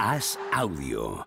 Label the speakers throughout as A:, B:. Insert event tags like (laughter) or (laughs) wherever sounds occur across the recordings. A: As Audio.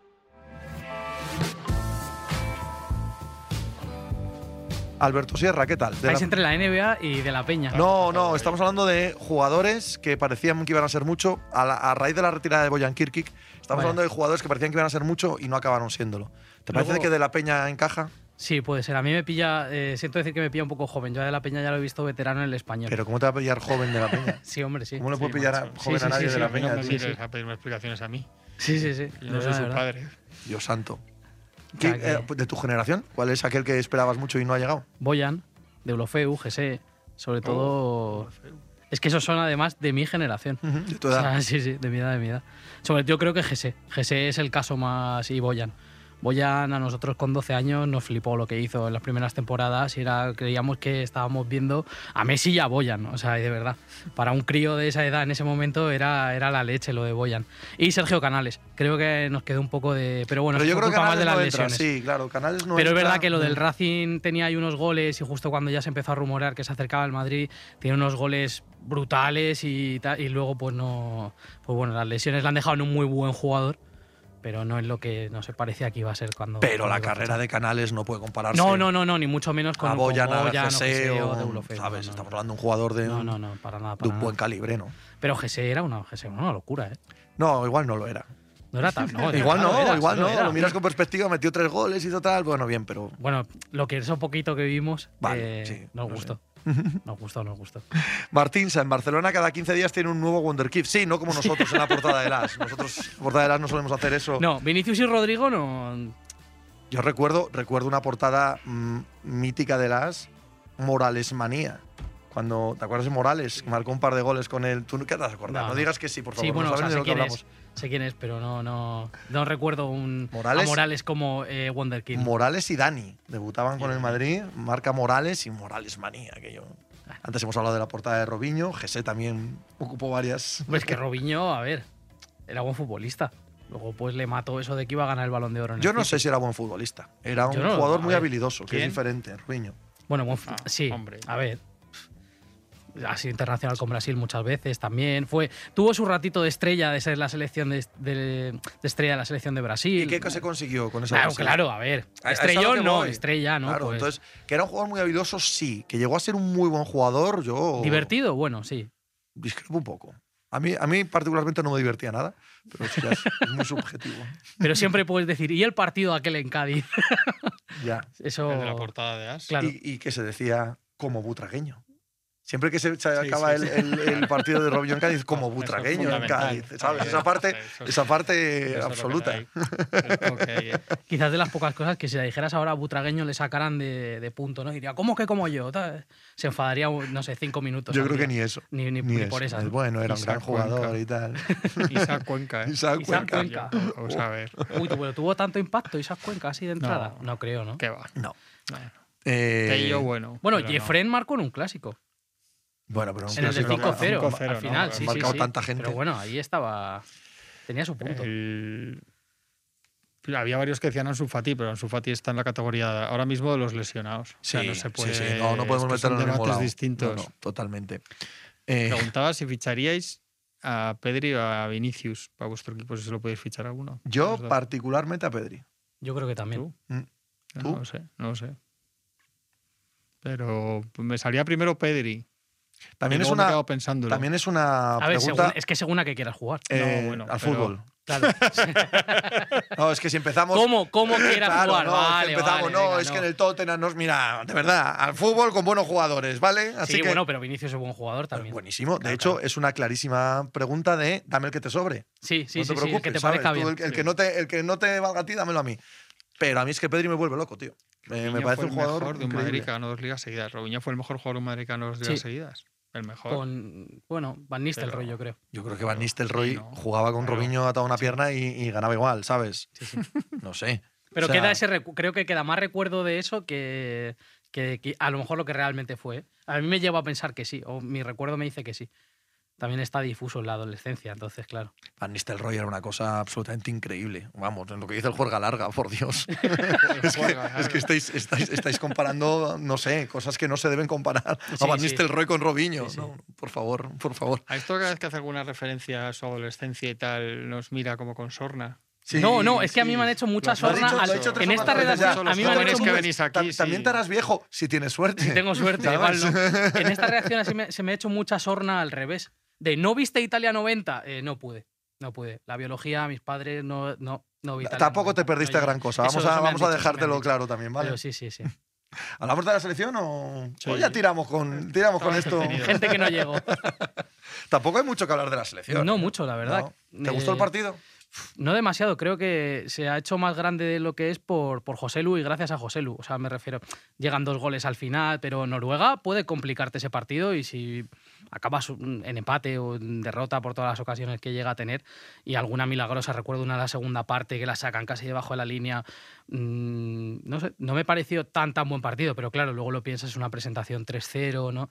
B: Alberto Sierra, ¿qué tal? De
C: Estáis
B: la-
C: entre la NBA y de la Peña.
B: No, no, estamos hablando de jugadores que parecían que iban a ser mucho. A, la- a raíz de la retirada de Boyan Kirkik, estamos
C: Vale.
B: hablando de jugadores que parecían que iban a ser mucho y no acabaron siéndolo. ¿Te parece
C: Luego-
B: que De La Peña encaja?
C: Sí, puede ser. A mí me pilla, eh, siento decir que me pilla un poco joven. Yo a de la Peña ya lo he visto veterano en el español.
B: Pero ¿cómo te va a pillar joven De La Peña?
C: sí, hombre, (laughs) sí.
B: ¿Cómo le
C: Sí,
B: puede pillar a-
C: macho.
B: joven
C: Sí,
B: a
C: sí,
B: nadie
C: sí,
B: de la
C: sí.
B: Peña,
D: no me
B: tío.
D: mires a pedirme explicaciones a mí.
C: Sí, sí, sí.
D: Yo
C: De
D: no
C: verdad,
D: soy su
C: de verdad.
D: padre.
B: Dios santo.
C: Ya
B: ¿Qui-
C: que-
B: eh, ¿De tu generación? ¿Cuál es aquel que esperabas mucho y no ha llegado? (laughs)
C: Boyan, de Ulofeu, GC, sobre
B: Oh.
C: todo. Es que esos son además de mi generación.
B: Ujú, De tu
C: O
B: edad.
C: sea, Ah, sí, sí, de mi edad, de mi edad. Sobre todo creo que E. GC. GC es el caso más. Y Boyan. Boyan a nosotros con 12 años nos flipó lo que hizo en las primeras temporadas. y Era, creíamos que estábamos viendo a Messi y a Boyan. O sea, y de verdad. Para un crío de esa edad en ese momento era, era la leche lo de Boyan. Y Sergio Canales. Creo que nos quedó un poco de. Pero bueno,
B: Pero yo
C: eso fue
B: creo que
C: culpa más
B: Canales
C: de las
B: no entra.
C: lesiones.
B: Sí, claro, Canales no
C: Pero es
B: entra.
C: verdad que lo del Racing tenía ahí unos goles y justo cuando ya se empezó a rumorar que se acercaba al Madrid, tiene unos goles brutales y, ta- y luego pues no... Pues bueno, las lesiones le han dejado en un muy buen jugador, pero no es lo que no se parecía que iba a ser cuando...
B: Pero la
C: cuando iba a
B: carrera de Canales no puede compararse
C: fichar. No, no, no, no, ni mucho menos con
B: a Boyan,
C: con
B: a
C: Boyan, o
B: GC
C: Gese
B: o,
C: o de Ulofeu, no,
B: ¿sabes?
C: no,
B: Estamos
C: no.
B: hablando de un jugador de
C: No,
B: un-
C: no, no, para nada,
B: de
C: para
B: un buen
C: nada.
B: calibre, ¿no?
C: Pero Gese era una, Gese era una locura, ¿eh?
B: No, igual no lo era.
C: No era tan...
B: (laughs)
C: no,
B: Igual
C: era-
B: no,
C: era,
B: igual no.
C: era.
B: Lo miras con perspectiva, metió tres goles, hizo tal, bueno, bien, pero.
C: Bueno, lo que eso poquito que vimos
B: Vale,
C: eh,
B: sí,
C: nos
B: no sé. (laughs)
C: gustó. Nos gustó, nos gustó.
B: Martinsa, en Barcelona cada 15 días tiene un nuevo Wonder Kid. Sí, no como nosotros en
C: (laughs)
B: la portada de las. Nosotros en la portada de las no solemos hacer eso.
C: No, Vinicius y Rodrigo no.
B: Yo recuerdo, recuerdo una portada mm, mítica de las Morales Manía. Cuando, ¿te acuerdas de Morales? Que Marcó un par de goles con el. ¿Tú no- qué te has acordado?
C: No,
B: No,
C: no.
B: digas que sí, por favor.
C: sí, bueno,
B: no
C: o sea,
B: saben de
C: sé
B: lo que
C: quién
B: hablamos.
C: es. Sé quién es, pero no, no, no recuerdo un
B: ¿Morales?
C: a Morales como eh, Wonderkid.
B: Morales y Dani debutaban con el Madrid, marca Morales y Morales Manía, que yo. Antes hemos hablado de la portada de Robinho, Gese también ocupó varias.
C: Pues que Robinho, a ver, era buen futbolista. Luego pues le mató eso de que iba a ganar el balón de oro. en el
B: Yo no
C: City.
B: sé si era buen futbolista, era un
C: Yo no, ¿eh?
B: jugador
C: a
B: muy
C: ver,
B: habilidoso, que es
D: ¿quién?
B: diferente, Robinho.
C: Bueno, buen fu-
D: Ah,
C: sí,
D: hombre.
C: a ver. Ha sido internacional con Brasil muchas veces también. Fue, tuvo su ratito de estrella de ser la selección de, de- de estrella de la selección de Brasil.
B: ¿Y qué se consiguió con esa
C: Claro,
B: versión?
C: Ah, claro, a ver.
B: A- a eso es a lo
C: Estrellón
B: que
C: no,
B: voy.
C: estrella no.
B: Claro,
C: pues.
B: entonces, que era un jugador muy habilidoso, sí. Que llegó a ser un muy buen jugador, yo.
C: Divertido, bueno, sí.
B: Discrepo un poco. A mí, a mí particularmente no me divertía nada, pero eso ya es, es muy
C: (laughs)
B: subjetivo.
D: (laughs)
C: Pero siempre puedes decir, ¿y el partido aquel en Cádiz?
B: Ya.
C: Eso.
D: El de la portada de As.
C: Claro.
B: y, y que se decía como butragueño. Siempre que se, se
D: Sí,
B: acaba
D: sí,
B: el,
D: sí.
B: el- el partido de Robinho en
D: (laughs)
B: Cádiz, como
D: Eso es
B: butragueño en
D: fundamental.
B: Cádiz, ¿sabes?
D: Sí,
B: Esa parte,
D: eso es-
B: esa parte
D: Eso es lo que
B: absoluta.
D: hay. Es lo que hay, eh.
C: Quizás de las pocas cosas que si la dijeras ahora a Butragueño le sacaran de, de punto, ¿no? Diría, ¿cómo que como yo? Tal. Se enfadaría, no sé, cinco minutos.
B: Yo
C: al
B: creo que
C: día.
B: ni eso.
C: Ni, ni- ni
B: eso.
C: por esas.
B: Es
C: ¿no?
B: Bueno, era un
D: Isaac
B: gran jugador
D: Cuenca.
B: y tal.
D: (laughs) Isaac Cuenca, ¿eh?
B: Isaac
C: Isaac
B: Cuenca.
C: Cuenca.
D: Vamos a ver.
C: Uy, tú- pero tuvo tanto impacto esas cuencas así de entrada. No,
D: No.
C: creo, ¿no?
D: ¿Qué va?
B: No.
D: Bueno,
B: Eh,
D: Tello, bueno.
C: Bueno,
D: pero no.
C: Jeffren marcó en un clásico.
B: bueno, pero un
C: en el del
B: clásico-
C: 5-0.
D: 5-0,
C: Al final, sí,
D: ¿no?
B: Han
C: sí,
B: marcado
C: sí.
B: tanta gente.
C: Pero bueno, ahí estaba. Tenía su punto.
D: Eh, El- Había varios que decían Ansu Fati, pero Ansu Fati está en la categoría ahora mismo de los lesionados. O sea, no se puede.
B: sí, sí. No, no podemos
D: es que son
B: meterlo en el mismo
D: debates
B: lado.
D: distintos.
B: No, no, totalmente. Eh,
D: Preguntaba si ficharíais a Pedri o a Vinicius para vuestro equipo, si se lo podéis fichar a alguno.
B: yo
D: Los dos.
B: particularmente a Pedri.
C: Yo creo que también.
D: ¿Tú?
B: Mm.
D: No,
B: ¿Tú?
D: lo sé, no lo sé. Pero pues, me salía primero Pedri.
B: También
D: y
B: es
D: luego me he
B: una,
D: quedado pensándolo.
B: también es una
C: A ver,
B: pregunta
C: según- es que según a que
B: (laughs)
C: quieras jugar.
B: eh,
D: No, bueno,
B: al
D: pero-
B: fútbol.
C: Claro.
B: No, es que si empezamos.
C: ¿Cómo, cómo quieras
B: Claro,
C: jugar?
B: no,
C: vale,
B: que empezamos,
C: vale,
B: no,
C: venga,
B: es que en el Tottenham nos mira, de verdad, al fútbol con buenos jugadores, ¿vale? Así
C: sí,
B: que
C: bueno, pero Vinicius es buen jugador también.
B: buenísimo. de
C: Claro,
B: hecho,
C: claro.
B: es una clarísima pregunta de dame el que te sobre.
C: Sí, sí,
B: no te
C: sí, sí,
B: preocupes,
C: el que te
B: ¿sabes?
C: parezca
B: Tú,
C: bien.
B: el, el que no te, el que no te valga a ti, dámelo a mí. Pero a mí es que Pedri me vuelve loco, tío. Eh, me
D: Robinho
B: parece
D: fue
B: un
D: el
B: jugador
D: mejor de un
B: increíble.
D: Madrid que ganó dos ligas seguidas. Robinho fue el mejor jugador de un Madrid que ganó dos ligas
C: Sí.
D: seguidas. El mejor. (laughs)
C: Con, bueno, Van Nistelrooy,
D: Pero-
C: yo creo.
B: Yo creo que Van Nistelrooy
D: Sí, no.
B: jugaba con
D: Claro.
B: Robinho atado a una pierna y, y ganaba igual, ¿sabes?
C: Sí, sí.
B: (laughs) No sé.
C: Pero
B: O sea,
C: queda ese recu- creo que queda más recuerdo de eso que, que- que a lo mejor lo que realmente fue. ¿eh? A mí me lleva a pensar que sí, o mi recuerdo me dice que sí. también está difuso en la adolescencia, entonces, claro.
B: Van Nistelrooy era una cosa absolutamente increíble. Vamos, en lo que dice el juerga larga, por Dios. es, que,
D: Juerga,
B: es que estáis, estáis, estáis comparando, no sé, cosas que no se deben comparar.
C: Sí,
B: a Van
C: sí.
B: Nistelrooy con Robinho.
C: Sí, sí.
B: No, por favor, por favor.
D: A esto cada vez que hace alguna referencia a su adolescencia y tal, nos mira como con sorna.
C: no, no, es que a mí me han hecho muchas
D: Lo has
C: sorna.
D: dicho- lo
C: al-
D: has dicho tres
C: en
D: o
C: esta
D: cuatro veces ya.
C: redacción, a mí me
D: Los
C: han
D: jóvenes
C: hecho
D: que
C: mu-
D: venís aquí, sí.
B: También te harás viejo, si tienes suerte.
C: Si tengo suerte, igual
B: ¿Sabes?
C: no. En esta reacción así me- se me ha hecho mucha sorna al revés. De no viste Italia 90, Eh, no pude. No pude. La biología, mis padres, no, no, no vi Italia
B: Tampoco te
C: 90,
B: perdiste
C: no llegué.
B: gran cosa.
C: Eso-
B: Vamos,
C: eso
B: a,
C: me han
B: vamos a
C: dicho, eso me han
B: dejártelo
C: dicho.
B: claro también, ¿vale?
C: (laughs) Pero sí, sí, sí.
B: ¿Hablamos de la selección o,
D: Sí.
B: o ya tiramos con, tiramos con esto?
D: Estamos entretenidos.
C: Gente que no llegó.
B: Tampoco hay mucho que hablar de la selección.
C: No
B: ¿eh?
C: mucho, la verdad.
B: ¿No? ¿Te gustó el
C: Eh,
B: partido?
C: No demasiado, creo que se ha hecho más grande de lo que es por, por José Lu y gracias a José Lu. O sea, me refiero, llegan dos goles al final, pero Noruega puede complicarte ese partido y si acabas un- en empate o en derrota por todas las ocasiones que llega a tener y alguna milagrosa, recuerdo una de la segunda parte que la sacan casi debajo de la línea, mm, no sé, no me pareció tan tan buen partido, pero claro, luego lo piensas, es una presentación 3-0, ¿no?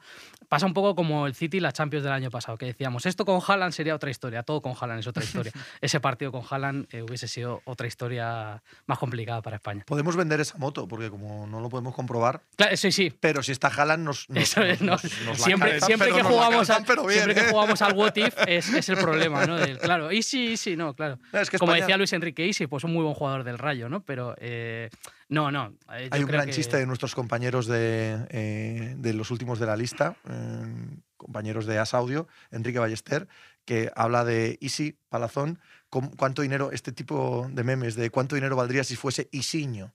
C: Pasa un poco como el City y la Champions del año pasado, que decíamos, esto con Haaland sería otra historia, todo con Haaland es otra historia. Ese partido con Haaland eh, hubiese sido otra historia más complicada para España.
B: Podemos vender esa moto, porque como no lo podemos comprobar,
C: Claro, sí, sí.
B: pero si está Haaland nos, nos-
C: Eso es,
B: nos-
C: ¿no?
B: nos- nos la
C: siempre
B: calzan,
C: siempre
B: pero
C: que
B: nos la
C: jugamos
B: calzan,
C: al-
B: pero bien,
C: siempre que
B: ¿eh?
C: jugamos al what if
B: (laughs)
C: es, es el problema, ¿no? Del, claro, y sí, sí, no, claro.
B: No, es que
C: Como
B: España-
C: decía Luis Enrique Isi, pues un muy buen jugador del Rayo, ¿no? Pero eh, no, no. eh, yo
B: Hay un
C: creo
B: gran
C: que-
B: chiste de nuestros compañeros de, eh, de los últimos de la lista, eh, compañeros de As Audio, Enrique Ballester, que habla de Isi Palazón, com- cuánto dinero, este tipo de memes, de cuánto dinero valdría si fuese Isiño.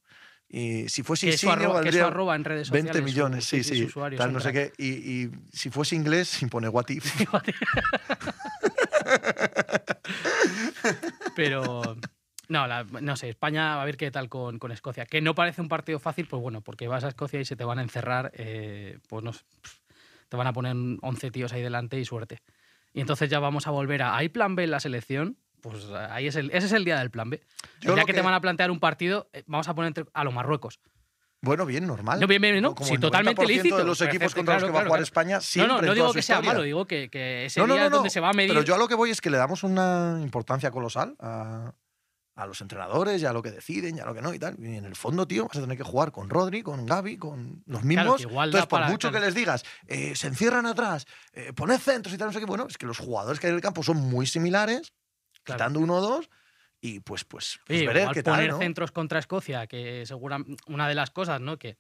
B: Y si fuese
C: que es su
B: Isiño,
C: arroba, que es su
B: valdría
C: arroba en redes sociales.
B: 20
C: su-
B: millones, sí, sí,
C: su usuario,
B: tal,
C: es un
B: no sé
C: crack.
B: qué. Y, y si fuese inglés, (laughs) sin poner what if.
C: Pero (laughs) no, la- no sé, España va a ver qué tal con, con Escocia. Que no parece un partido fácil, pues bueno, porque vas a Escocia y se te van a encerrar, eh, pues no sé, pf, te van a poner 11 tíos ahí delante y suerte. Y entonces ya vamos a volver a, ¿hay plan B en la selección? Pues ahí es el, ese es el día del plan B.
B: Yo
C: ya
B: lo
C: que,
B: que-
C: te van a plantear un partido, eh, vamos a poner entre- a los Marruecos.
B: Bueno, bien, normal.
C: No, bien, bien, no.
B: Como
C: Sí,
B: el
C: totalmente
B: 90%
C: lícito.
B: de los equipos
C: Perfecto,
B: contra los
C: claro,
B: que va a jugar
C: claro, claro.
B: España
C: No,
B: siempre
C: no,
B: en
C: no
B: toda
C: digo
B: su
C: que sea
B: historia.
C: malo, digo que, que ese
B: No, no,
C: día
B: no,
C: es donde
B: no,
C: se va a medir.
B: Pero yo a lo que voy es que le damos una importancia colosal a, a los entrenadores y a lo que deciden y a lo que no y tal. Y en el fondo, tío, vas a tener que jugar con Rodri, con Gaby, con los mismos.
C: que igual da
B: Entonces, por
C: para-
B: mucho
C: claro.
B: que les digas, eh, se encierran atrás, eh, poned centros y tal, no sé qué. Bueno, es que los jugadores que hay en el campo son muy similares,
C: Claro.
B: quitando uno o dos, y pues, pues, pues
C: Oye,
B: veré
C: igual
B: qué
C: poner
B: tal, ¿no?
C: centros contra Escocia, que segura una de las cosas, ¿no? Que,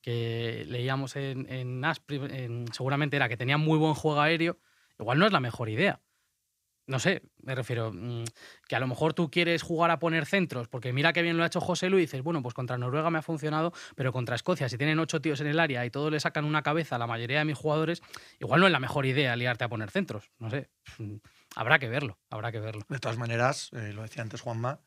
C: que leíamos en, en As pri- en- seguramente era que tenía muy buen juego aéreo. Igual no es la mejor idea. No sé, me refiero. mm, Que a lo mejor tú quieres jugar a poner centros, porque mira qué bien lo ha hecho José Luis, dices, bueno, pues contra Noruega me ha funcionado, pero contra Escocia, si tienen ocho tíos en el área y todos le sacan una cabeza a la mayoría de mis jugadores, igual no es la mejor idea liarte a poner centros. No sé. (laughs) mm, Habrá que verlo, habrá que verlo.
B: De todas maneras, eh, lo decía antes Juanma,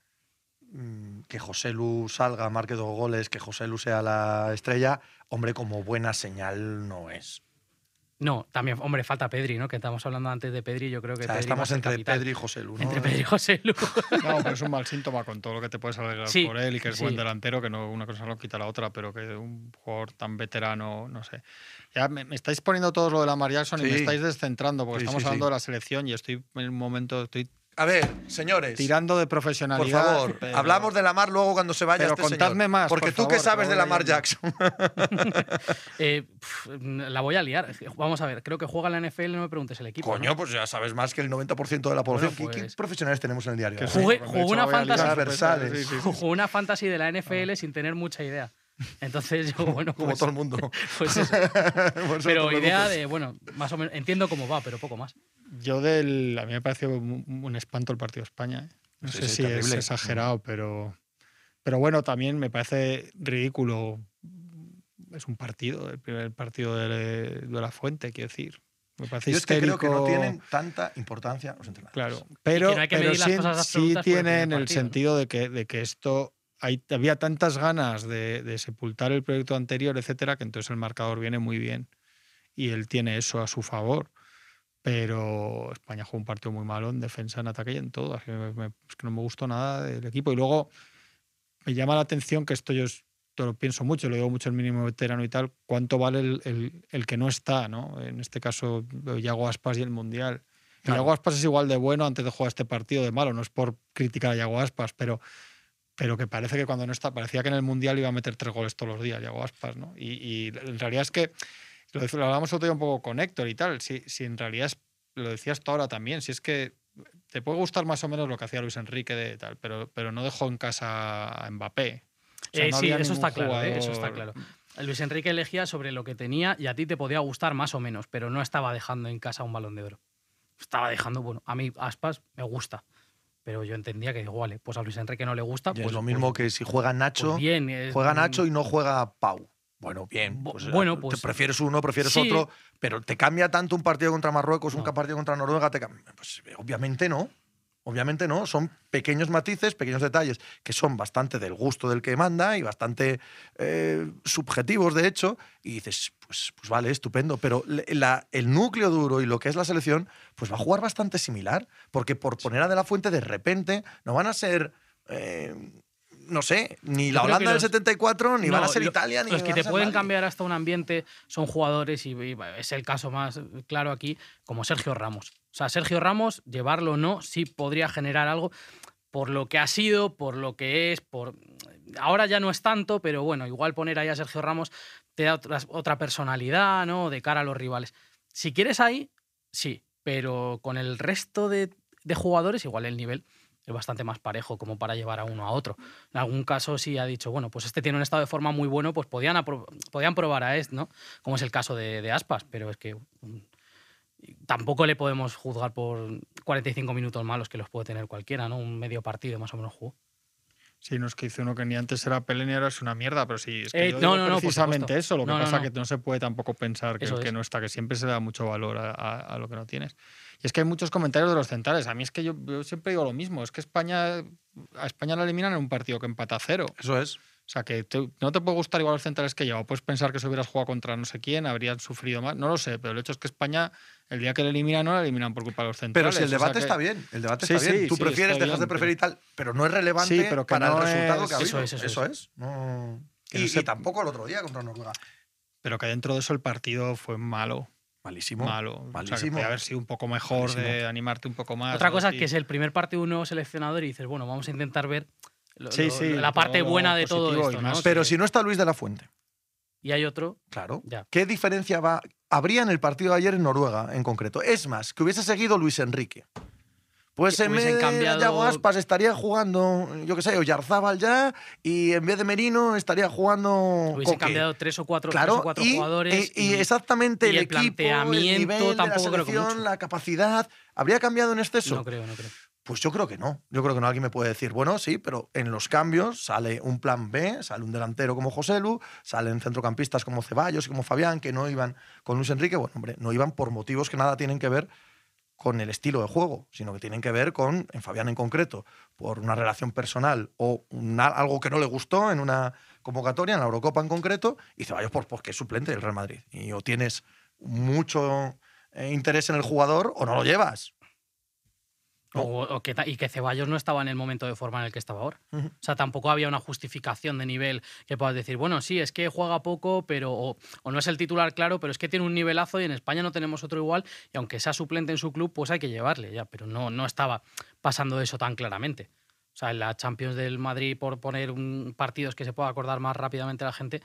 B: mm, que José Lu salga, marque dos goles, que José Lu sea la estrella, hombre, como buena señal no es.
C: No, también, hombre, falta Pedri, ¿no? Que estamos hablando antes de Pedri, yo creo que
B: O sea,
C: Pedri va a
B: estamos
C: ser
B: entre
C: capital.
B: Pedri y José Lu. ¿no?
C: Entre Pedri y José Lu. (laughs)
D: No, pero es un mal síntoma con todo lo que te puedes alegrar
C: Sí,
D: por él y que es buen
C: sí.
D: delantero, que no una cosa lo quita la otra, pero que un jugador tan veterano, no sé. Ya me, me estáis poniendo todo lo de la Jackson y me
B: Sí.
D: estáis descentrando porque
B: Sí,
D: estamos
B: sí, sí.
D: hablando de la selección y estoy en un momento, estoy
B: A ver, señores.
D: tirando de
B: Por
D: profesionalidad.
B: favor,
D: pero-
B: hablamos de Lamar luego cuando se vaya
D: pero
B: este señor.
D: contadme más,
B: Porque
D: por
B: tú
D: favor,
B: qué sabes
D: que
B: de
D: voy
B: Lamar
D: leyendo.
B: Jackson.
C: Eh, pf, la voy a liar. Vamos a ver, creo que juega en la NFL, no me preguntes el equipo.
B: Coño,
C: ¿no?
B: pues ya sabes más que el 90% de la población.
C: Bueno,
B: ¿Qué- ¿Qué,
C: pues-
B: profesionales tenemos en el diario?
D: que
B: ¿eh?
D: sí,
C: Jugué-
D: cuando
C: jugué
D: he dicho
C: una
D: la voy a liar,
B: fantasy-
D: pues,
B: transversales.
D: sí, sí, sí.
C: Jugó una fantasy de la NFL sin tener mucha idea. Entonces,
B: (laughs)
C: yo, bueno,
B: Como
C: pues,
B: todo el
C: (laughs)
B: mundo.
C: pues eso.
B: Por eso (laughs) no
C: Pero
B: te
C: idea
B: preocupes.
C: de, bueno, más o menos, entiendo cómo va, pero poco más.
D: Yo del. A mí me pareció un, un espanto el partido de España. ¿eh? No
B: Sí,
D: sé
B: sí,
D: si es
B: terrible.
D: exagerado, pero. Pero bueno, también me parece ridículo. Es un partido, el primer partido de, de la fuente, quiero decir. Me parece
B: Yo es que creo que no
D: histérico,
B: tienen tanta importancia los entrenadores.
D: Claro, pero,
C: no hay que
D: pero
C: medir las
D: sí,
C: cosas
D: sí
C: absolutas por el
D: tienen
C: primer
D: el
C: partido, ¿no?
D: sentido de que, de que esto. Hay, había tantas ganas de, de sepultar el proyecto anterior, etcétera, que entonces el marcador viene muy bien y él tiene eso a su favor. Pero España jugó un partido muy malo en defensa, en ataque y en todo. Así que me- me- es que no me gustó nada del equipo. Y luego me llama la atención que esto yo es- te lo pienso mucho, lo digo mucho el mínimo veterano y tal, cuánto vale el, el- el que no está, ¿no? En este caso, Yago eh, Aspas y el Mundial. Y Yago Aspas es igual de bueno antes de jugar este partido de malo, no es por criticar a Yago Aspas, pero, pero que parece que cuando no está, parecía que en el Mundial iba a meter tres goles todos los días Yago Aspas, ¿no? Y, y en realidad es que, lo, dec- lo hablamos otro día un poco con Héctor y tal, si, si en realidad es- lo decías tú ahora también, si es que te puede gustar más o menos lo que hacía Luis Enrique de tal, pero, pero no dejó en casa a Mbappé. O sea,
C: Eh,
D: no
C: sí,
D: había
C: eso
D: ningún
C: está claro, ¿eh? eso está claro.
D: jugador-
C: Luis Enrique elegía sobre lo que tenía y a ti te podía gustar más o menos, pero no estaba dejando en casa un balón de oro. Estaba dejando, bueno, a mí Aspas me gusta, pero yo entendía que igual, eh, pues a Luis Enrique no le gusta,
B: Y
C: pues
B: es lo mismo que si juega
C: pues
B: Nacho,
C: bien, es-
B: juega Nacho y no juega Pau. Bueno, bien.
C: Bu-
B: pues,
C: bueno,
B: te
C: pues-
B: prefieres uno, prefieres
C: Sí.
B: otro, pero te cambia tanto un partido contra Marruecos, un
C: No.
B: partido contra Noruega, te cambia- pues, obviamente no. Obviamente no, son pequeños matices, pequeños detalles que son bastante del gusto del que manda y bastante eh, subjetivos, de hecho, y dices, pues, pues vale, estupendo, pero le- la- el núcleo duro y lo que es la selección, pues va a jugar bastante similar, porque por poner a De La Fuente de repente no van a ser, eh, no sé, ni la
C: creo que
B: Holanda del
C: los-
B: 74, ni van a
C: No,
B: ser
C: lo-
B: Italia, ni
C: Los que
B: van a
C: te
B: ser
C: pueden
B: nadie.
C: cambiar hasta un ambiente son jugadores, y, y es el caso más claro aquí, como Sergio Ramos. O sea, Sergio Ramos, llevarlo o no, sí podría generar algo por lo que ha sido, por lo que es, por... Ahora ya no es tanto, pero bueno, igual poner ahí a Sergio Ramos te da otras- otra personalidad, ¿no? De cara a los rivales. Si quieres ahí, sí, pero con el resto de, de jugadores, igual el nivel es bastante más parejo como para llevar a uno a otro. En algún caso sí ha dicho, bueno, pues este tiene un estado de forma muy bueno, pues podían, apro- podían probar a este, ¿no? Como es el caso de, de Aspas, pero es que mm, tampoco le podemos juzgar por 45 minutos malos que los puede tener cualquiera, ¿no? Un medio partido más o menos jugó.
D: Sí, no es que hizo uno que ni antes era Pelé ni ahora es una mierda, pero sí, es que
C: Eh,
D: yo
C: no,
D: digo
C: no, no, por
D: precisamente
C: supuesto.
D: eso. Lo que
C: No, no,
D: pasa
C: no.
D: que no se puede tampoco pensar que
C: Eso
D: el que
C: es.
D: no está, que siempre se da mucho valor a, a- a lo que no tienes. Y es que hay muchos comentarios de los centrales. A mí es que yo, yo siempre digo lo mismo. Es que España, a España la eliminan en un partido que empata a cero.
B: Eso es.
D: O sea, que te- no te puede gustar igual los centrales que lleva. Puedes pensar que si hubieras jugado contra no sé quién, habrían sufrido más. No lo sé, pero el hecho es que España, el día que le eliminan, no la eliminan por culpa de los
B: Pero
D: centrales.
B: si el
D: O sea
B: debate
D: que-
B: está bien, el debate
D: Sí,
B: está bien.
D: sí,
B: Tú
D: sí,
B: prefieres,
D: está
B: dejas de
D: bien,
B: preferir y tal, pero no es relevante
D: Sí, pero que
B: para
D: no
B: el resultado
D: es-
B: que ha
C: Eso
B: habido.
C: es, eso
B: Eso es. No-
D: Que
B: Y,
D: no se-
B: y tampoco el otro día contra Noruega.
D: Pero que dentro de eso el partido fue malo.
B: Malísimo.
D: malo. O sea, que
B: malísimo.
D: podía haber sido un poco mejor, de
B: Malísimo.
D: animarte un poco más.
C: Otra
D: ¿no?
C: cosa es
D: Sí.
C: que es el primer partido de un nuevo seleccionador y dices, bueno, vamos a intentar ver lo-
D: Sí,
C: lo-
D: sí,
C: la parte
D: todo lo
C: buena de todo
D: positivo y
C: esto,
D: más.
C: ¿no?
B: Pero
D: que-
B: si no está Luis de la Fuente,
C: Y hay otro,
B: claro.
C: ya.
B: ¿Qué diferencia va, habría en el partido de ayer en Noruega en concreto? Es más, que hubiese seguido Luis Enrique. Pues
C: Que
B: en vez
C: hubiesen
B: de
C: cambiado-
B: Yago Aspas estaría jugando, yo qué sé, Oyarzábal ya, y en vez de Merino estaría jugando.
C: Hubiesen
B: Coque.
C: cambiado tres o cuatro, tres o cuatro
B: y,
C: jugadores.
B: eh, y exactamente
C: y
B: el,
C: el
B: equipo, el
C: planteamiento
B: nivel de la
C: tampoco creo que
B: selección,
C: mucho.
B: la capacidad, ¿habría cambiado en exceso?
C: No creo, no creo.
B: Pues yo creo que no. Yo creo que no. Alguien me puede decir, bueno, sí, pero en los cambios sale un plan B, sale un delantero como José Lu, salen centrocampistas como Ceballos y como Fabián, que no iban con Luis Enrique. Bueno, hombre, no iban por motivos que nada tienen que ver con el estilo de juego, sino que tienen que ver con, en Fabián en concreto, por una relación personal o una- algo que no le gustó en una convocatoria, en la Eurocopa en concreto, y Ceballos por, porque es suplente del Real Madrid. Y o tienes mucho eh, interés en el jugador o no lo llevas. No.
C: O- o que ta- y que Ceballos no estaba en el momento de forma en el que estaba ahora.
B: Ujú.
C: O sea, tampoco había una justificación de nivel que puedas decir, bueno, sí, es que juega poco, pero o, o no es el titular, claro, pero es que tiene un nivelazo y en España no tenemos otro igual, y aunque sea suplente en su club, pues hay que llevarle ya, pero no, no estaba pasando eso tan claramente. O sea, en la Champions del Madrid, por poner un- partidos que se pueda acordar más rápidamente la gente,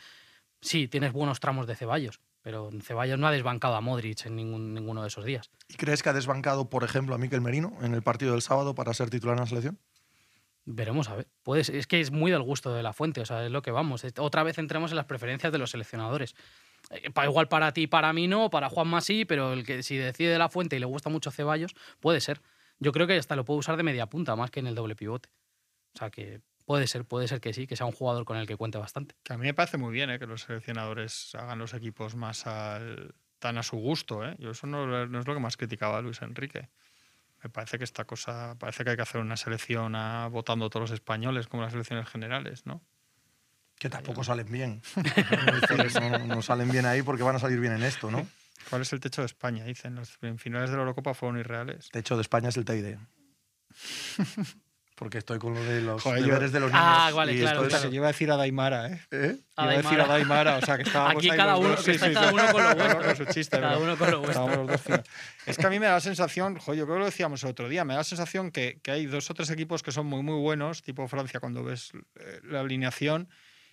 C: sí, tienes buenos tramos de Ceballos, pero Ceballos no ha desbancado a Modric en ningún- ninguno de esos días.
B: ¿Y crees que ha desbancado, por ejemplo, a Miquel Merino en el partido del sábado para ser titular en la selección?
C: Veremos, a ver. Puede ser- es que es muy del gusto de la fuente, o sea, es lo que vamos. Es- Otra vez entramos en las preferencias de los seleccionadores. Eh, pa- Igual para ti, para mí no, para Juanma sí, pero el que si decide la fuente y le gusta mucho Ceballos, puede ser. Yo creo que hasta lo puedo usar de media punta más que en el doble pivote. O sea que puede ser, puede ser que sí, que sea un jugador con el que cuente bastante.
D: Que a mí me parece muy bien ¿eh? que los seleccionadores hagan los equipos más al- tan a su gusto. ¿eh? Yo eso no, lo- no es lo que más criticaba a Luis Enrique. Me parece que esta cosa, parece que hay que hacer una selección a- votando a todos los españoles como las elecciones generales, ¿no?
B: Que tampoco salen
D: (laughs)
B: bien. Es decir, no, no salen bien ahí porque van a salir bien en esto, ¿no?
D: ¿Cuál es el techo de España? Dicen, las finales de la Eurocopa fueron irreales.
B: De hecho, de España es el TID. porque estoy con lo de los
D: Joder, yo-
B: deberes de los niños.
C: Ah, vale,
B: y
C: claro,
B: estoy-
C: claro.
D: Yo iba a decir a Daimara, ¿eh?
B: ¿Eh?
C: A
D: Iba a decir
C: Daimara.
D: a Daimara, o
C: (laughs)
D: sea, que estábamos
C: Aquí
D: ahí
C: cada
D: los
C: uno-
D: dos, sí,
C: está
D: sí,
C: cada
D: sí.
C: uno con lo
D: Cada uno
C: vuestro.
D: con su chiste,
C: Cada
D: ¿verdad?
C: uno con lo
D: (laughs)
C: vuestro.
D: Estábamos los dos
C: (laughs)
D: finos. Es que a mí me da la sensación, jo, yo creo que lo decíamos el otro día, me da la sensación que, que hay dos o tres equipos que son muy, muy buenos, tipo Francia, cuando ves eh, la alineación,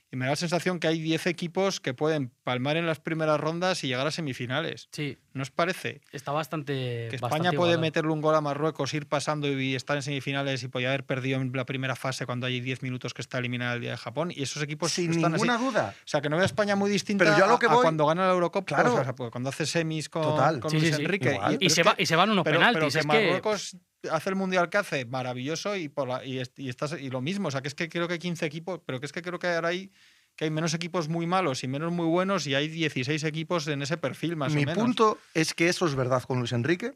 D: y me da la sensación que hay 10 equipos que pueden palmar en las primeras rondas y llegar a semifinales.
C: Sí,
D: ¿No os parece?
C: está bastante.
D: Que España
C: bastante
D: puede
C: igualado.
D: meterle un gol a Marruecos, ir pasando y estar en semifinales y podía haber perdido en la primera fase cuando hay 10 minutos que está eliminada el día de Japón. Y esos equipos
B: Sin
D: pues están así.
B: ninguna duda.
D: O sea, que no veo a España muy distinta
B: Pero yo a lo que
D: a
B: voy-
D: cuando gana la Eurocopa,
B: Claro.
D: o sea, pues cuando hace semis con,
B: Total.
D: con
C: Sí,
D: Luis
C: sí, sí.
D: Enrique.
B: Igual.
C: Y
D: pero
C: se,
D: es
C: va,
D: que-
C: y se van unos
D: pero-
C: penaltis.
D: pero
C: es
D: que
C: que.
D: Marruecos hace el Mundial que hace, maravilloso, y, por la- y, es- y estás, y lo mismo. O sea, que es que creo que 15 equipos, pero que es que creo que ahora hay que hay menos equipos muy malos y menos muy buenos y hay 16 equipos en ese perfil más
B: Mi
D: o menos.
B: punto es que eso es verdad con Luis Enrique,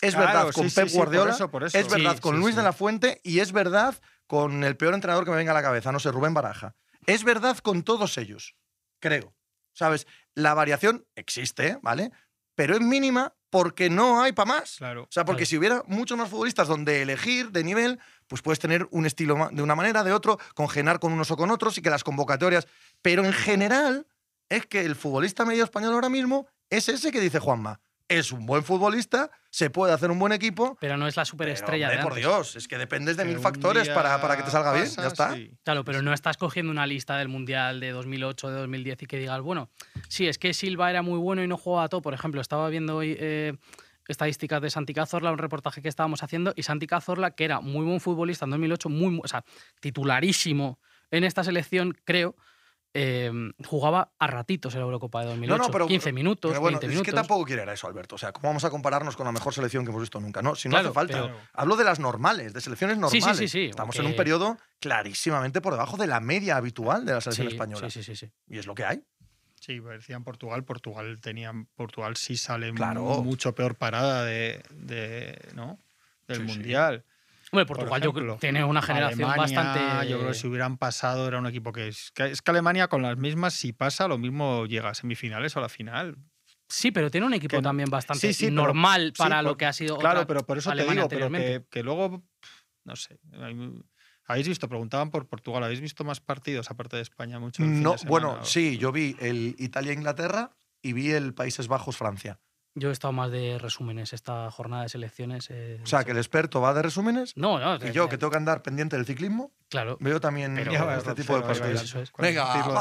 B: es
D: Claro,
B: verdad con
D: sí, sí,
B: Pep
D: sí, por
B: Guardiola,
D: eso, por eso.
B: es verdad
C: Sí,
B: con
C: sí,
B: Luis
C: sí.
B: de la Fuente y es verdad con el peor entrenador que me venga a la cabeza, no sé, Rubén Baraja. Es verdad con todos ellos, creo. ¿Sabes? La variación existe, ¿vale? Pero es mínima porque no hay para más.
D: Claro.
B: O sea, porque
C: Claro.
B: si hubiera muchos más futbolistas donde elegir de nivel, pues puedes tener un estilo ma- de una manera, de otro, congenar con unos o con otros y que las convocatorias. Pero en general, es que el futbolista medio español ahora mismo es ese que dice Juanma. Es un buen futbolista, se puede hacer un buen equipo.
C: Pero no es la
B: Pero,
C: superestrella.
B: hombre,
C: de
B: por
C: antes.
B: Dios, es que dependes de
D: Que
B: mil
D: un
B: factores
D: día
B: para, para que te salga bien.
D: pasa,
B: Ya está.
D: sí.
C: Claro,
B: Pues
C: pero no estás cogiendo una lista del Mundial de 2008, de 2010 y que digas, bueno, sí, es que Silva era muy bueno y no jugaba todo. Por ejemplo, estaba viendo hoy eh, estadísticas de Santi Cazorla, un reportaje que estábamos haciendo, y Santi Cazorla, que era muy buen futbolista en 2008, muy, mu- o sea, titularísimo en esta selección, creo, eh, jugaba a ratitos en la Eurocopa de 2008.
B: pero-
C: 15 minutos,
B: Pero bueno,
C: 20
B: es
C: minutos.
B: que tampoco quiere era eso, Alberto. O sea, ¿cómo vamos a compararnos con la mejor selección que hemos visto nunca? No, si no
C: Claro,
B: hace falta.
C: pero-
B: Hablo de las normales, de selecciones
C: sí,
B: normales.
C: sí, sí,
B: Estamos
C: aunque-
B: en un periodo clarísimamente por debajo de la media habitual de la
C: Sí,
B: selección española.
C: sí, sí, sí, sí.
B: Y es lo que hay.
D: Sí, decían Portugal, Portugal tenía, Portugal sí sale
B: Claro.
D: mu- mucho peor parada de, de- ¿no? del
B: Sí, sí.
D: mundial.
C: Hombre, Portugal yo creo-
D: ejemplo,
C: tiene una generación
D: Alemania,
C: bastante...
D: Yo creo que si hubieran pasado era un equipo que es, que es que Alemania con las mismas si pasa lo mismo llega a semifinales o a la final.
C: Sí, pero tiene un equipo
D: Que no-
C: también bastante
D: Sí, sí, pero-
C: normal
D: sí,
C: para
D: por-
C: lo que ha sido.
D: claro,
C: otra
D: pero por eso te
C: Alemania
D: digo, pero
C: anteriormente.
D: que, que luego pf, no sé. hay- Habéis visto, preguntaban por Portugal, ¿habéis visto más partidos aparte de España? Mucho. el fin
B: No,
D: de semana?
B: bueno, sí, yo vi el Italia-Inglaterra y vi el Países Bajos-Francia.
C: Yo he estado más de resúmenes esta jornada de selecciones. eh,
B: O sea, que el experto va de resúmenes
C: No, no.
B: y
C: eh,
B: yo,
C: eh,
B: que tengo que andar pendiente del ciclismo,
C: Claro.
B: veo también
C: Pero-
D: Ya va,
B: este
D: Rob,
B: tipo de
D: se va,
C: partidos.
B: partidos.
D: bailando.
C: Eso es.
D: Cuando
B: Venga,
D: decirlo-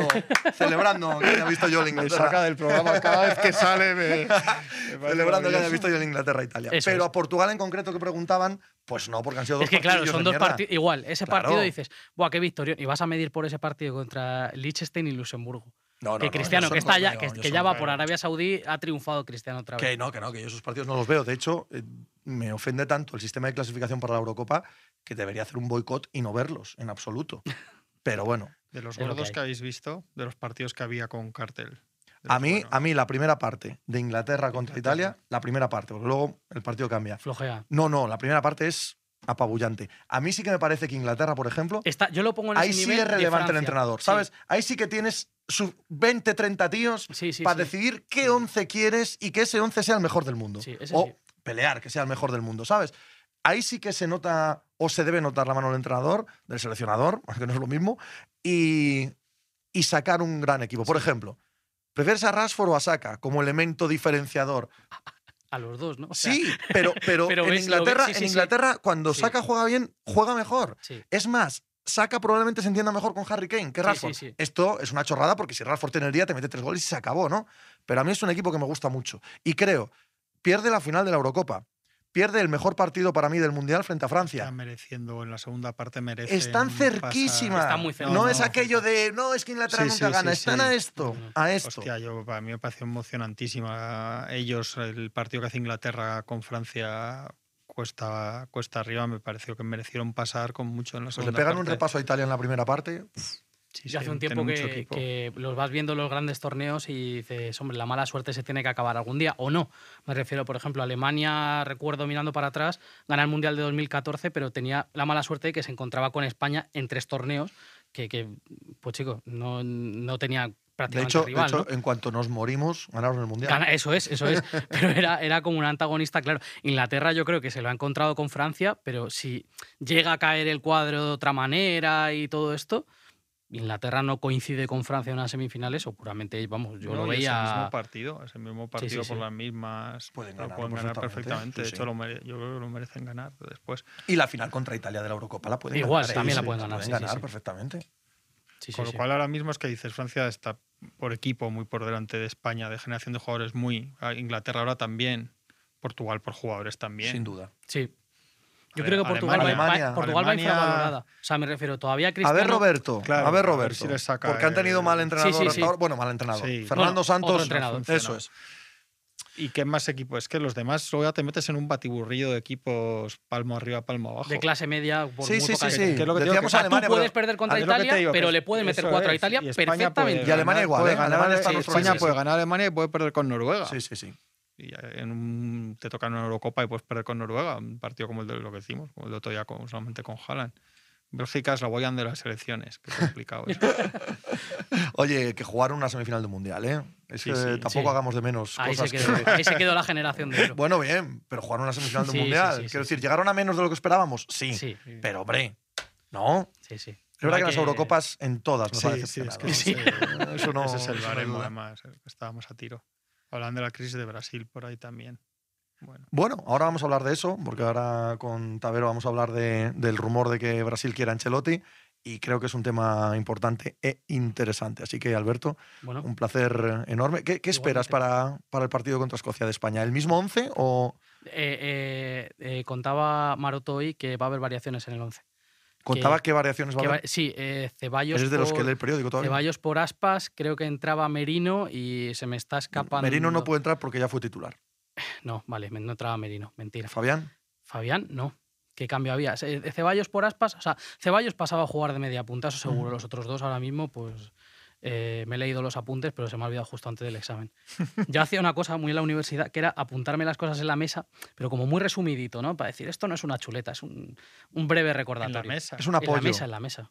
B: (laughs) vamos,
D: Mira,
B: Rocero, celebrando que haya visto yo el
D: Me saca
B: Inglaterra.
D: del programa cada vez que sale. me- me parece
B: (laughs) Celebrando que haya
D: maravilloso.
B: visto yo el Inglaterra-Italia.
C: Eso
B: Pero
C: es.
B: a Portugal en concreto que preguntaban, pues no, porque han sido dos
C: Es que claro,
B: partidillos
C: son
B: de
C: dos
B: mierda.
C: partidos. Igual, ese
B: Claro.
C: partido dices, ¡buah, qué victoria! Y vas a medir por ese partido contra Liechtenstein y Luxemburgo.
B: No, no,
C: que
B: no, yo
C: Cristiano,
B: eso
C: que,
B: no
C: está
B: lo
C: ya,
B: veo,
C: que,
B: yo
C: que
B: eso
C: ya
B: no
C: va
B: lo
C: por
B: veo.
C: Arabia Saudí, ha triunfado Cristiano otra vez.
B: Que no, que no, que yo esos partidos no los veo. De hecho, eh, me ofende tanto el sistema de clasificación para la Eurocopa que debería hacer un boicot y no verlos en absoluto. Pero (laughs) bueno,
D: De los
C: Es lo que
D: gordos
C: hay.
D: que, habéis visto, de los partidos que había con cartel. de
B: a
D: los
B: mí,
D: buenos.
B: a mí la primera parte de Inglaterra contra
D: Inglaterra.
B: Italia, la primera parte, porque luego el partido cambia.
C: Flojea.
B: No, no, la primera parte es apabullante. A mí sí que me parece que Inglaterra, por ejemplo,
C: Está, yo lo pongo en
B: ahí
C: ese
B: sí
C: nivel
B: es
C: de
B: relevante el
C: Francia.
B: entrenador,
C: Sí.
B: ¿sabes? Ahí sí que tienes sus 20, 30 tíos
C: Sí, sí,
B: para
C: sí.
B: decidir qué 11 quieres y que ese 11 sea el mejor del mundo.
C: Sí, ese
B: o
C: sí.
B: pelear, que sea el mejor del mundo, ¿sabes? Ahí sí que se nota o se debe notar la mano del entrenador, del seleccionador, (laughs) aunque no es lo mismo, y, y sacar un gran equipo. Por ejemplo, ¿prefieres a Rashford o a Saka como elemento diferenciador?
C: A los dos, ¿no? O sea,
B: Sí, pero, pero,
C: (laughs) pero
B: en
C: ves- lo ves-
B: Inglaterra,
C: sí, sí,
B: en
C: sí.
B: Inglaterra cuando
C: Sí.
B: Saka juega bien, juega mejor.
C: sí.
B: Es más, Saka probablemente se entienda mejor con Harry Kane que
C: Sí,
B: Rashford.
C: sí, sí.
B: Esto es una chorrada porque si Rashford tiene el día te mete tres goles y se acabó, ¿no? Pero a mí es un equipo que me gusta mucho. Y creo, pierde la final de la Eurocopa, pierde el mejor partido para mí del Mundial frente a
D: Están
B: Francia.
D: mereciendo, en la segunda parte merecen.
B: Están cerquísimas.
C: Está muy cerca.
B: No,
C: No,
B: es
C: no,
B: aquello de, no, es que Inglaterra
D: Sí,
B: nunca
D: sí,
B: gana.
D: sí,
B: Están
D: sí.
B: a esto,
C: No, no.
B: a esto.
D: Hostia, yo, para mí me pareció emocionantísima. Ellos, el partido que hace Inglaterra con Francia cuesta, cuesta arriba, me pareció que merecieron pasar con mucho en la
B: Pues
D: segunda
B: le pegan un
D: parte.
B: repaso a Italia en la primera parte.
D: Sí,
C: Yo hace
D: sí,
C: un
D: tienen
C: tiempo
D: mucho
C: que,
D: equipo.
C: que los vas viendo los grandes torneos y dices, hombre, la mala suerte se tiene que acabar algún día o no. Me refiero, por ejemplo, a Alemania, recuerdo mirando para atrás, gana el Mundial de 2014, pero tenía la mala suerte de que se encontraba con España en tres torneos que, que, pues chicos, no, no tenía
B: De
C: prácticamente
B: hecho, de
C: rival.
B: hecho,
C: ¿no?
B: en cuanto nos morimos, ganaron el Mundial.
C: Gana- eso es, eso
D: (laughs)
C: es. Pero era, era como un antagonista, claro. Inglaterra yo creo que se lo ha encontrado con Francia, pero si llega a caer el cuadro de otra manera y todo esto, Inglaterra no coincide con Francia en unas semifinales, o puramente, vamos, yo
D: No,
C: lo
D: y Ese mismo
C: veía.
D: partido, ese mismo
C: Sí, sí,
D: partido por
C: sí.
D: las mismas.
B: Pueden
D: lo
B: ganar
D: pueden ganar ¿eh?
B: perfectamente, sí,
D: perfectamente. De
B: sí.
D: hecho, lo mere- yo creo que lo merecen ganar después.
B: Y la final contra Italia de la Eurocopa la pueden
C: Igual,
B: ganar. ¿eh?
C: también la
B: Sí,
C: pueden ganar, sí, sí,
B: ganar
C: sí.
B: perfectamente.
C: Sí, sí,
D: Con lo
C: sí.
D: cual, ahora mismo es que dices: Francia está por equipo muy por delante de España, de generación de jugadores muy. ah, Inglaterra ahora también. Portugal por jugadores también.
B: Sin duda.
C: Sí. Yo
D: Ale-
C: creo que Portugal, va-
B: Alemania.
C: va, Portugal va
D: Alemania.
C: infravalorada. O sea, me refiero, todavía
B: A
C: Cristiano...
B: ver, Roberto.
D: Claro,
B: a ver,
D: a ver
B: Roberto.
D: si le saca
B: porque han tenido
D: el-
B: mal entrenador
C: Sí, sí,
B: hasta
C: sí.
B: ahora. Bueno, mal entrenador.
D: Sí.
B: Fernando
C: Bueno,
B: Santos.
C: otro entrenador.
B: Eso es.
D: ¿Y qué más equipo? Es que los demás luego ya te metes en un batiburrillo de equipos palmo arriba, palmo abajo.
C: De clase media, por
B: Sí,
C: muy
B: sí,
C: poca
B: sí,
D: que-
B: sí.
C: diferencia.
D: que es lo que te digo,
B: Decíamos
D: que- Ah, tú
C: Tú
B: Alemania, pero-
C: puedes perder contra
D: Es lo que te
C: Italia,
D: digo, que
C: pero
D: es-
C: le puede meter
D: eso
C: 4 a
D: es.
C: Italia
D: Y España
C: perfectamente.
D: puede
B: Y Alemania
D: ganar,
B: igual,
D: puede
B: ¿eh?
D: ganar,
B: Alemania está
D: sí,
B: en nuestro
D: España
B: nivel.
D: puede ganar a Alemania y puede perder con Noruega.
B: Sí, sí, sí.
D: Y en un- te toca en una Eurocopa y puedes perder con Noruega, un partido como el de lo que decimos, como el de otro día con- solamente con Haaland. Bélgica es la Boyan de las elecciones, qué complicado eso.
B: Oye, que jugaron una semifinal de mundial, ¿eh? Es
D: Sí,
B: que
D: sí.
B: tampoco
C: Sí.
B: hagamos de menos
C: Ahí se,
B: cosas
C: quedó,
B: que-
C: ahí se quedó la generación de oro.
B: Bueno, bien, pero jugaron una semifinal de
C: Sí, sí,
B: mundial.
C: sí, sí,
B: Quiero
C: sí.
B: decir, ¿llegaron a menos de lo que esperábamos? Sí.
C: sí,
B: Pero, hombre, no.
C: sí, sí.
B: Es verdad que,
C: Hay
B: las Eurocopas en todas nos ha decepcionado.
D: no
C: Sí.
D: sé,
B: (laughs) Eso no-
D: Ese es el
B: eso no hay
D: baremo,
B: duda.
D: además, eh, estábamos a tiro. Hablando de la crisis de Brasil por ahí también. Bueno,
B: Bueno, ahora vamos a hablar de eso, porque ahora con Tavero vamos a hablar de- del rumor de que Brasil quiera a Ancelotti y creo que es un tema importante e interesante. Así que, Alberto,
C: Bueno,
B: un placer enorme. ¿Qué, qué esperas para, para el partido contra Escocia de España? ¿El mismo 11 o
C: eh, eh, eh, contaba Maroto hoy que va a haber variaciones en el 11.
B: contaba qué variaciones va a
C: Que va-
B: haber?
C: sí, eh, Ceballos,
B: Eres de los que
C: por,
B: lee el periódico todavía.
C: Ceballos por aspas, creo que entraba Merino y se me está escapando.
B: Merino no puede entrar porque ya fue titular.
C: No, vale, me- no entraba Merino, mentira.
B: Fabián,
C: Fabián, no. ¿Qué cambio había? Ce- Ceballos por aspas, o sea, Ceballos pasaba a jugar de media punta, eso seguro. Los otros dos ahora mismo, pues eh, me he leído los apuntes, pero se me ha olvidado justo antes del
D: (laughs)
C: examen. Yo hacía una cosa muy en la universidad, que era apuntarme las cosas en la mesa, pero como muy resumidito, ¿no? Para decir, esto no es una chuleta, es un, un breve
D: en la
C: recordatorio.
D: mesa.
B: es un
C: En la
B: apoyo.
C: mesa, en la mesa.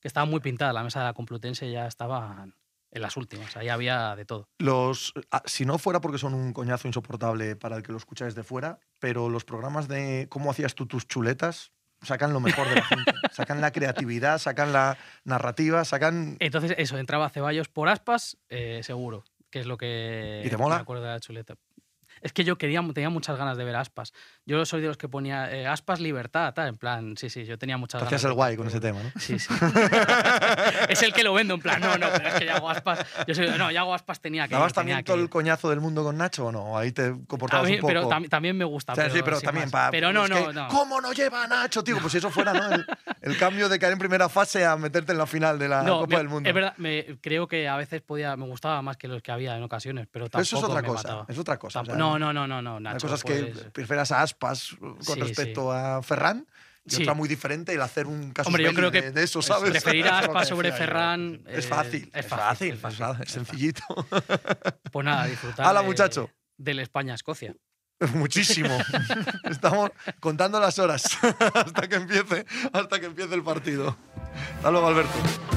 C: Que estaba muy pintada, la mesa de la Complutense ya estaba en las últimas, ahí había de todo.
B: Los, ah, si no fuera porque son un coñazo insoportable para el que lo escucha desde fuera, pero los programas de cómo hacías tú tus chuletas sacan lo mejor de la
C: (laughs)
B: gente. sacan la creatividad, sacan la narrativa, sacan...
C: Entonces, eso, entraba Ceballos por aspas, eh, seguro, que es lo que.
B: ¿Y te mola?
C: Me acuerdo de la chuleta. Es que yo quería, tenía muchas ganas de ver aspas. Yo soy de los que ponía eh, aspas libertad, tal, en plan, sí, sí, yo tenía muchas
B: Te hacías
C: ganas.
B: el
C: de-
B: guay con ese tema, ¿no?
C: Sí, sí. (laughs) es el que lo vendo, en plan, no, no, pero es que ya hago aspas. Yo soy, no, ya hago aspas tenía que. ir,
B: ¿Dabas
C: tenía
B: también
C: que
B: todo el
C: ir.
B: coñazo del mundo con Nacho o no? Ahí te
C: A
B: comportabas
C: mí-
B: un poco...
C: Pero tam- también me gusta.
B: O sea, sí, pero
C: sin
B: también
C: más.
B: para.
C: Pero no,
B: es
C: no,
B: que,
C: no.
B: ¿Cómo no lleva a Nacho, tío? Pues si eso fuera, ¿no? El, el cambio de caer en primera fase a meterte en la final de la
C: No,
B: Copa
C: me-
B: del Mundo.
C: Es verdad, me- creo que a veces podía, me gustaba más que los que había en ocasiones, pero
B: Pero
C: tampoco
B: eso es otra
C: me
B: cosa.
C: mataba.
B: Es otra cosa. o
C: Tampo-
B: sea,
C: no, no, no, no, no.
B: Una
C: Nacho,
B: cosa es que
C: pues-
B: prefieras a Aspas eh, con
C: Sí, sí.
B: respecto a Ferran y
C: Sí.
B: otra muy diferente el hacer un caso
C: Hombre, yo creo que
B: de, de eso, ¿sabes?
C: Preferir a
D: Eso es lo que
C: Aspas sobre
D: decía yo.
C: Ferran.
B: (laughs) es
C: eh,
B: fácil, es fácil, es fácil, es
C: es
B: sencillito. (laughs)
C: fácil. Pues nada, disfrutar.
B: Hala,
C: de-
B: muchacho.
C: Del España-Escocia. (laughs)
B: Muchísimo. Estamos (laughs) contando las horas hasta que empiece, hasta que empiece el partido. Hasta luego, Alberto.